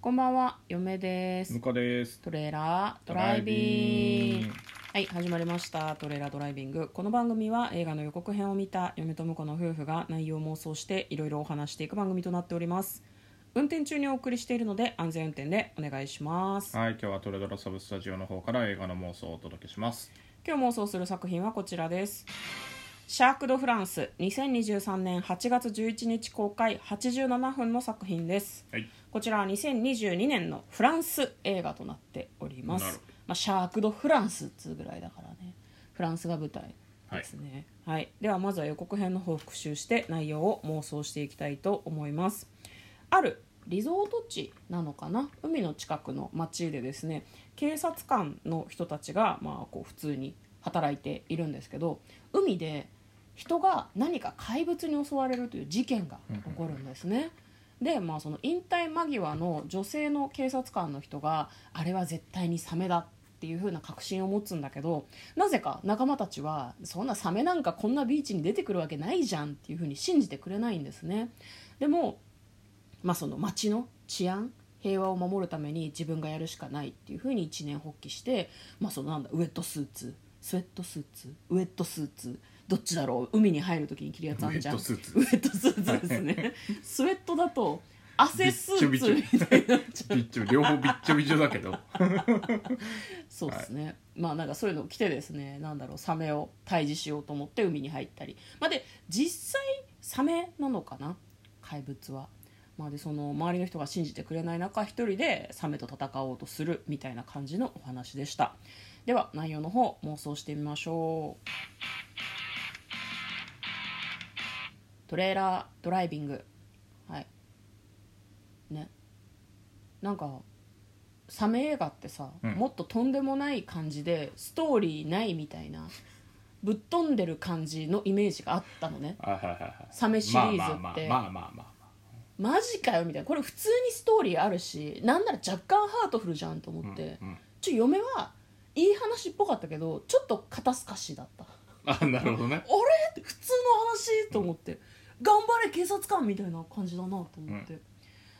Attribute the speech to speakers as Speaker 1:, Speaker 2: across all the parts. Speaker 1: こんばんは、嫁です
Speaker 2: 向。こうです
Speaker 1: トレーラードライビング。はい、始まりました。トレーラードライビング。この番組は映画の予告編を見た嫁と婿の夫婦が内容を妄想していろいろお話していく番組となっております。運転中にお送りしているので安全運転でお願いします。
Speaker 2: はい今日はトレドラサブスタジオの方から映画の妄想をお届けします
Speaker 1: 今日妄想する作品はこちらです。シャークド・フランス2023年8月11日公開87分の作品です。
Speaker 2: はい
Speaker 1: こちらは2022年のフランス映画となっておりま
Speaker 2: なる
Speaker 1: す
Speaker 2: ほど、
Speaker 1: まあ、シャーク・ド・フランスっつうぐらいだからねフランスが舞台ですね、はいではまずは予告編の方を復習して内容を妄想していきたいと思いますあるリゾート地なのかな海の近くの町でですね警察官の人たちが、まあ、こう普通に働いているんですけど海で人が何か怪物に襲われるという事件が起こるんですね。で、まあ、その引退間際の女性の警察官の人があれは絶対にサメだっていう風な確信を持つんだけどなぜか仲間たちはそんなサメなんかこんなビーチに出てくるわけないじゃんっていう風に信じてくれないんですね。でもまあ、その町の治安平和を守るために自分がやるしかないっていうふうに一年発起して、まあ、そのなんだウェットスーツスウェットスーツウェットスーツどっちだろう海に入る時に着るやつあんじゃん
Speaker 2: ウェットスー ツ
Speaker 1: ウェットスーツです ねスウェットだと汗スーツみたいになっちゃ
Speaker 2: び
Speaker 1: う
Speaker 2: っちょ両方びっちょびちょだけど
Speaker 1: そうですね、まあなんかそういうのを着てですねなんだろうサメを退治しようと思って海に入ったり、まあ、で実際サメなのかな怪物は、まあ、でその周りの人が信じてくれない中一人でサメと戦おうとするみたいな感じのお話でしたでは内容の方妄想してみましょうトレーラードライビングはいねなんかサメ映画ってさ、
Speaker 2: うん
Speaker 1: もっととんでもない感じでストーリーないみたいなぶっ飛んでる感じのイメージがあったのね
Speaker 2: あはいはいはい
Speaker 1: サメシリーズって
Speaker 2: まあまあまあまあまあまあ
Speaker 1: マジかよみたいなこれ普通にストーリーあるしなんなら若干ハートフルじゃんと思って、
Speaker 2: うんうん
Speaker 1: ちょ嫁はいい話っぽかったけどちょっと肩透かしだった
Speaker 2: あなるほどね
Speaker 1: あれって普通の話と思って、頑張れ警察官みたいな感じだなと思って、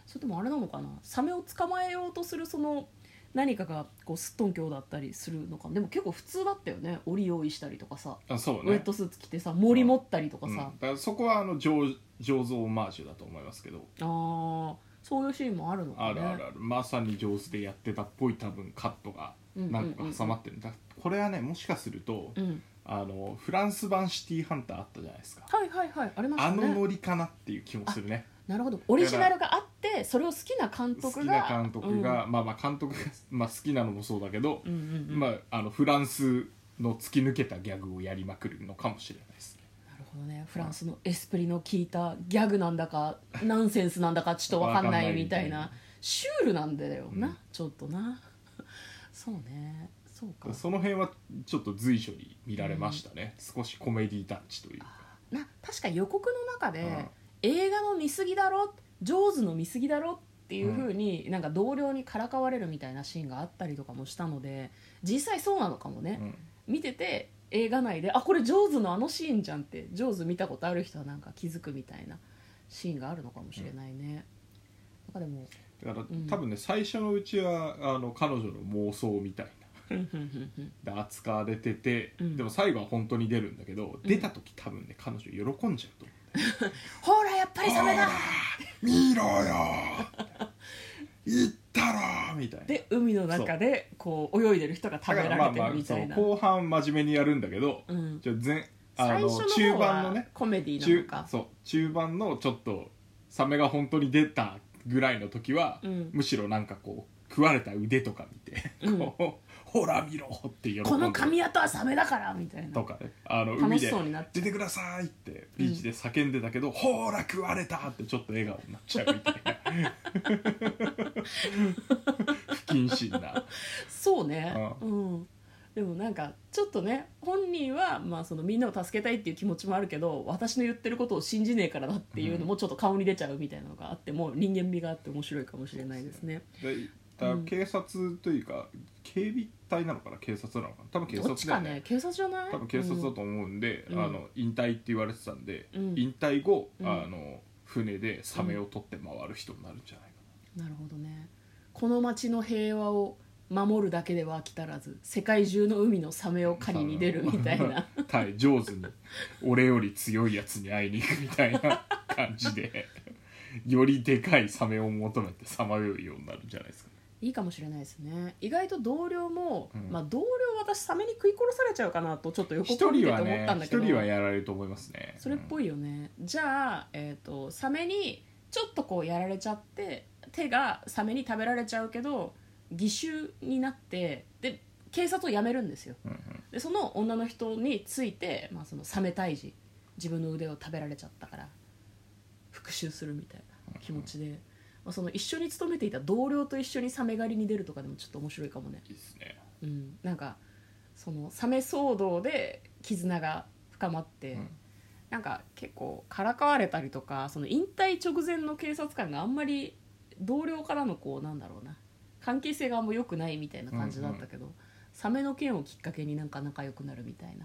Speaker 1: それでもあれなのかなサメを捕まえようとするその何かがこうすっとんきょうだったりするのかでも結構普通だったよね檻用意したりとかさ、
Speaker 2: あそうね
Speaker 1: ウェットスーツ着てさ森持ったりとか
Speaker 2: うん、だ
Speaker 1: さ
Speaker 2: か、らそこはあの醸醸造オマージュだと思いますけど
Speaker 1: ああそういうシーンもあるのかね
Speaker 2: あるあるあるまさに上手でやってたっぽい多分カットが何個か挟まってる、だからこれはねもしかすると、
Speaker 1: うん、
Speaker 2: あのフランス版シティハンターあったじゃないですか
Speaker 1: はいはいはいありまし
Speaker 2: あ
Speaker 1: た
Speaker 2: の
Speaker 1: ね
Speaker 2: ノリかなっていう気もするね
Speaker 1: なるほどオリジナルがあってそれを好きな監
Speaker 2: 好
Speaker 1: 督
Speaker 2: き
Speaker 1: が
Speaker 2: な監督が、まあまあ監督が、まあ、好きなのもそうだけど
Speaker 1: う、んうんうんうん
Speaker 2: まあ、あのフランスの突き抜けたギャグをやりまくるのかもしれないですね
Speaker 1: なるほどねフランスのエスプリの効いたギャグなんだ かナンセンスなんだかちょっとわかんないみたい
Speaker 2: わかんないみたい
Speaker 1: な
Speaker 2: な
Speaker 1: シュールなんだよな、
Speaker 2: うん
Speaker 1: ちょっとな そうねそうか
Speaker 2: その辺はちょっと随所に見られましたね、少しコメディタッチというか、
Speaker 1: な確か予告の中で、
Speaker 2: うん
Speaker 1: 映画の見過ぎだろ上手の見過ぎだろっていう風に、なんか同僚にからかわれるみたいなシーンがあったりとかもしたので実際そうなのかもね、
Speaker 2: うん
Speaker 1: 見てて映画内で「あこれジョーズのあのシーンじゃん」ってジョーズ見たことある人はなんか気づくみたいなシーンがあるのかもしれないね、なんかでも
Speaker 2: だから、
Speaker 1: ん
Speaker 2: 多分ね最初のうちはあの彼女の妄想みたい
Speaker 1: ふんふんふんふん
Speaker 2: なで扱われてて、
Speaker 1: うん
Speaker 2: でも最後は本当に出るんだけど、出た時多分ね彼女喜んじゃうと思うんだよ
Speaker 1: ほらやっぱりサメだ
Speaker 2: 見ろよ言ったろみたいな
Speaker 1: で海の中でこう泳いでる人が食べられてるみたいな、
Speaker 2: そう後半真面目にやるんだけど、
Speaker 1: うん、
Speaker 2: じゃあ前あ
Speaker 1: 最
Speaker 2: の
Speaker 1: 初の
Speaker 2: 中
Speaker 1: 方
Speaker 2: 盤の
Speaker 1: は
Speaker 2: ね
Speaker 1: コメディなの
Speaker 2: 中
Speaker 1: か
Speaker 2: そう中盤のちょっとサメが本当に出たぐらいの時は、
Speaker 1: うん
Speaker 2: むしろなんかこう食われた腕とか見て、
Speaker 1: うん
Speaker 2: こうほら見ろって喜んで
Speaker 1: この髪型はサメだからみたいな
Speaker 2: とかねあの
Speaker 1: 楽
Speaker 2: 海
Speaker 1: し
Speaker 2: で
Speaker 1: そうになっ
Speaker 2: 出
Speaker 1: て
Speaker 2: てくださいってビーチで叫んでたけど、ほら食われたってちょっと笑顔になっちゃうみたいな不謹慎な
Speaker 1: そうね
Speaker 2: う
Speaker 1: うんでもなんかちょっとね本人はまあそのみんなを助けたいっていう気持ちもあるけど私の言ってることを信じねえからだっていうのもちょっと顔に出ちゃうみたいなのがあってもう人間味があって面白いかもしれないですね
Speaker 2: でだから
Speaker 1: うん
Speaker 2: 警察というか、警備隊なのかな警察なのかな多分警
Speaker 1: ど
Speaker 2: 察だよ
Speaker 1: っちかね警察じゃない
Speaker 2: 多分警察だと思うんで、
Speaker 1: うん
Speaker 2: あの引退って言われてたんで、
Speaker 1: うん
Speaker 2: 引退後、
Speaker 1: うん
Speaker 2: あの船でサメを取って回る人になるんじゃないか
Speaker 1: うんなるほどねこの町の平和を守るだけでは飽き足らず世界中の海のサメを狩りに出るみたい な
Speaker 2: はい上手に俺より強いやつに会いに行くみたいな感じで よりでかいサメを求めてさまようようになるんじゃないですか
Speaker 1: いいかもしれないですね意外と同僚も、
Speaker 2: うん
Speaker 1: まあ同僚私サメに食い殺されちゃうかなとちょっと予
Speaker 2: 一
Speaker 1: 告見て
Speaker 2: 人
Speaker 1: て
Speaker 2: は
Speaker 1: 思
Speaker 2: ね
Speaker 1: ったんだけ
Speaker 2: 一
Speaker 1: ど、
Speaker 2: 人はやられると思いますね
Speaker 1: それっぽ
Speaker 2: い、
Speaker 1: いよねじゃあ、えー、とサメにちょっとこうやられちゃって手がサメに食べられちゃうけど義手になってで警察を辞めるんですよ
Speaker 2: うんうん
Speaker 1: でその女の人について、まあ、そのサメ退治自分の腕を食べられちゃったから復讐するみたいな気持ちで、まあ、その一緒に勤めていた同僚と一緒にサメ狩りに出るとかでもちょっと面白いかもね
Speaker 2: いいですね
Speaker 1: うん、なんかそのサメ騒動で絆が深まって、
Speaker 2: うん
Speaker 1: なんか結構からかわれたりとかその引退直前の警察官があんまり同僚からのこうなんだろうな関係性がもう良くないみたいな感じだったけど、サメの件をきっかけになんか仲良くなるみたい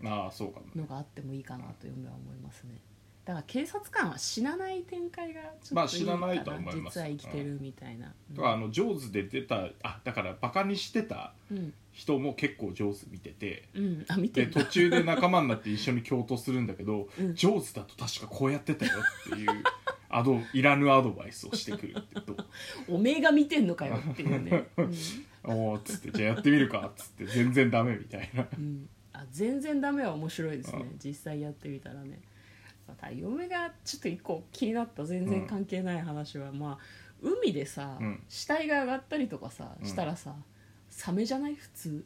Speaker 1: な
Speaker 2: ああそうかもね
Speaker 1: のがあってもいいかなというのは思いますねだから警察官は死なない展開がちょ
Speaker 2: ま
Speaker 1: っ
Speaker 2: あ
Speaker 1: といい
Speaker 2: 死
Speaker 1: かな,、
Speaker 2: なないとは思います
Speaker 1: 実は生きてるみたいな、
Speaker 2: とかあの上手で出たあだからバカにしてた
Speaker 1: うん、
Speaker 2: 人も結構上手見てて
Speaker 1: うん、あ見て
Speaker 2: で
Speaker 1: るな
Speaker 2: 途中で仲間になって一緒に共闘するんだけど、
Speaker 1: うん
Speaker 2: 上手だと確かこうやってたよっていうあのいらぬアドバイスをしてくるってと
Speaker 1: おめえが見てんのかよっていうね、 うん
Speaker 2: おーっつってじゃあやってみるかっつって全然ダメみたいな
Speaker 1: うんあ全然ダメは面白いです
Speaker 2: う
Speaker 1: ね実際やってみたらねまた嫁がちょっと一個気になった全然関係ない話は、まあ海でさ、
Speaker 2: うん
Speaker 1: 死体が上がったりとかさ
Speaker 2: うん
Speaker 1: したらさ、サメじゃない普通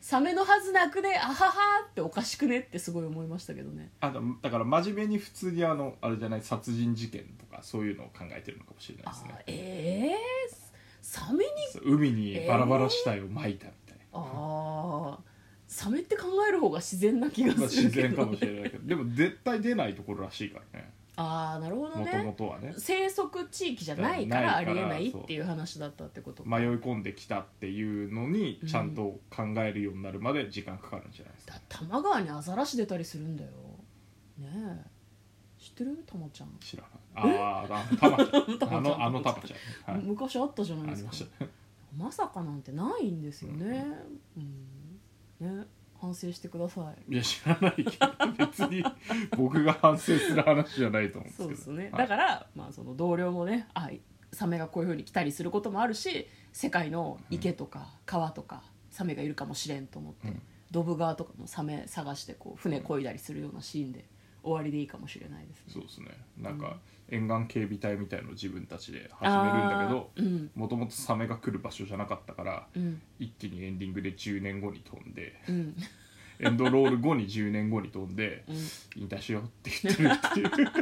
Speaker 1: サメのはずなくねあははっておかしくねってすごい思いましたけどね
Speaker 2: あだだから真面目に普通にあのあれじゃない殺人事件とかそういうのを考えてるのかもしれない
Speaker 1: あ
Speaker 2: ですね
Speaker 1: えー、サメに
Speaker 2: そう海にバラバラ死体を撒いたみたいな、
Speaker 1: あーサメって考える方が自然な気が
Speaker 2: まあ、
Speaker 1: する
Speaker 2: 自
Speaker 1: け
Speaker 2: 然
Speaker 1: ど、
Speaker 2: か
Speaker 1: ね
Speaker 2: もしれないけどでも絶対出ないところらしいからね
Speaker 1: ああなるほど
Speaker 2: も
Speaker 1: ね
Speaker 2: ともとはね
Speaker 1: 生息地域じゃないからあ
Speaker 2: ないか
Speaker 1: りえ
Speaker 2: ら
Speaker 1: ないっていう話だったってことか
Speaker 2: 迷い込んできたっていうのにちゃんと考えるようになるまで時間かかるんじゃないですか、
Speaker 1: だ多摩川にアザラシ出たりするんだよねえ知ってるたまちゃん、
Speaker 2: 知らないあーあのタマちゃ ん
Speaker 1: タマちゃん
Speaker 2: あのあのタマちゃん、はい、
Speaker 1: 昔あったじゃない
Speaker 2: あ
Speaker 1: です
Speaker 2: り
Speaker 1: か
Speaker 2: ましたね
Speaker 1: まさかなんてないんですよねうん、ね反省してください
Speaker 2: いや知らないけど別に僕が反省する話じゃないと思
Speaker 1: そ
Speaker 2: う
Speaker 1: う
Speaker 2: んで
Speaker 1: です
Speaker 2: け
Speaker 1: す
Speaker 2: ど
Speaker 1: ね、
Speaker 2: はい
Speaker 1: だから、まあ、その同僚もねあサメがこういうふうに来たりすることもあるし世界の池とか川とかサメがいるかもしれんと思って、
Speaker 2: うん
Speaker 1: ドブ川とかもサメ探してこう船こいだりするようなシーンで終わりでいいかもしれないですね。
Speaker 2: そうですねなんか沿岸警備隊みたいのを自分たちで始めるんだけど
Speaker 1: あーうん
Speaker 2: もともとサメが来る場所じゃなかったから
Speaker 1: うん
Speaker 2: 一気にエンディングで10年後に飛んで
Speaker 1: うん
Speaker 2: エンドロール後に10年後に飛んで
Speaker 1: うん
Speaker 2: 引退しようって言ってるっていう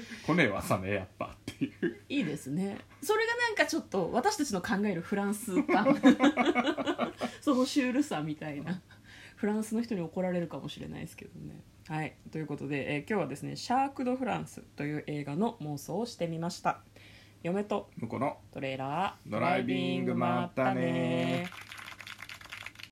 Speaker 2: 来ねえわサメやっぱっていう
Speaker 1: いいですねそれがなんかちょっと私たちの考えるフランス 感そのシュールさみたいなフランスの人に怒られるかもしれないですけどねはいということで、えー今日はですね「シャーク・ド・フランス」という映画の妄想をしてみました嫁と
Speaker 2: 向こうの
Speaker 1: トレーラー
Speaker 2: ドライビングまった
Speaker 1: まっ
Speaker 2: ね
Speaker 1: たね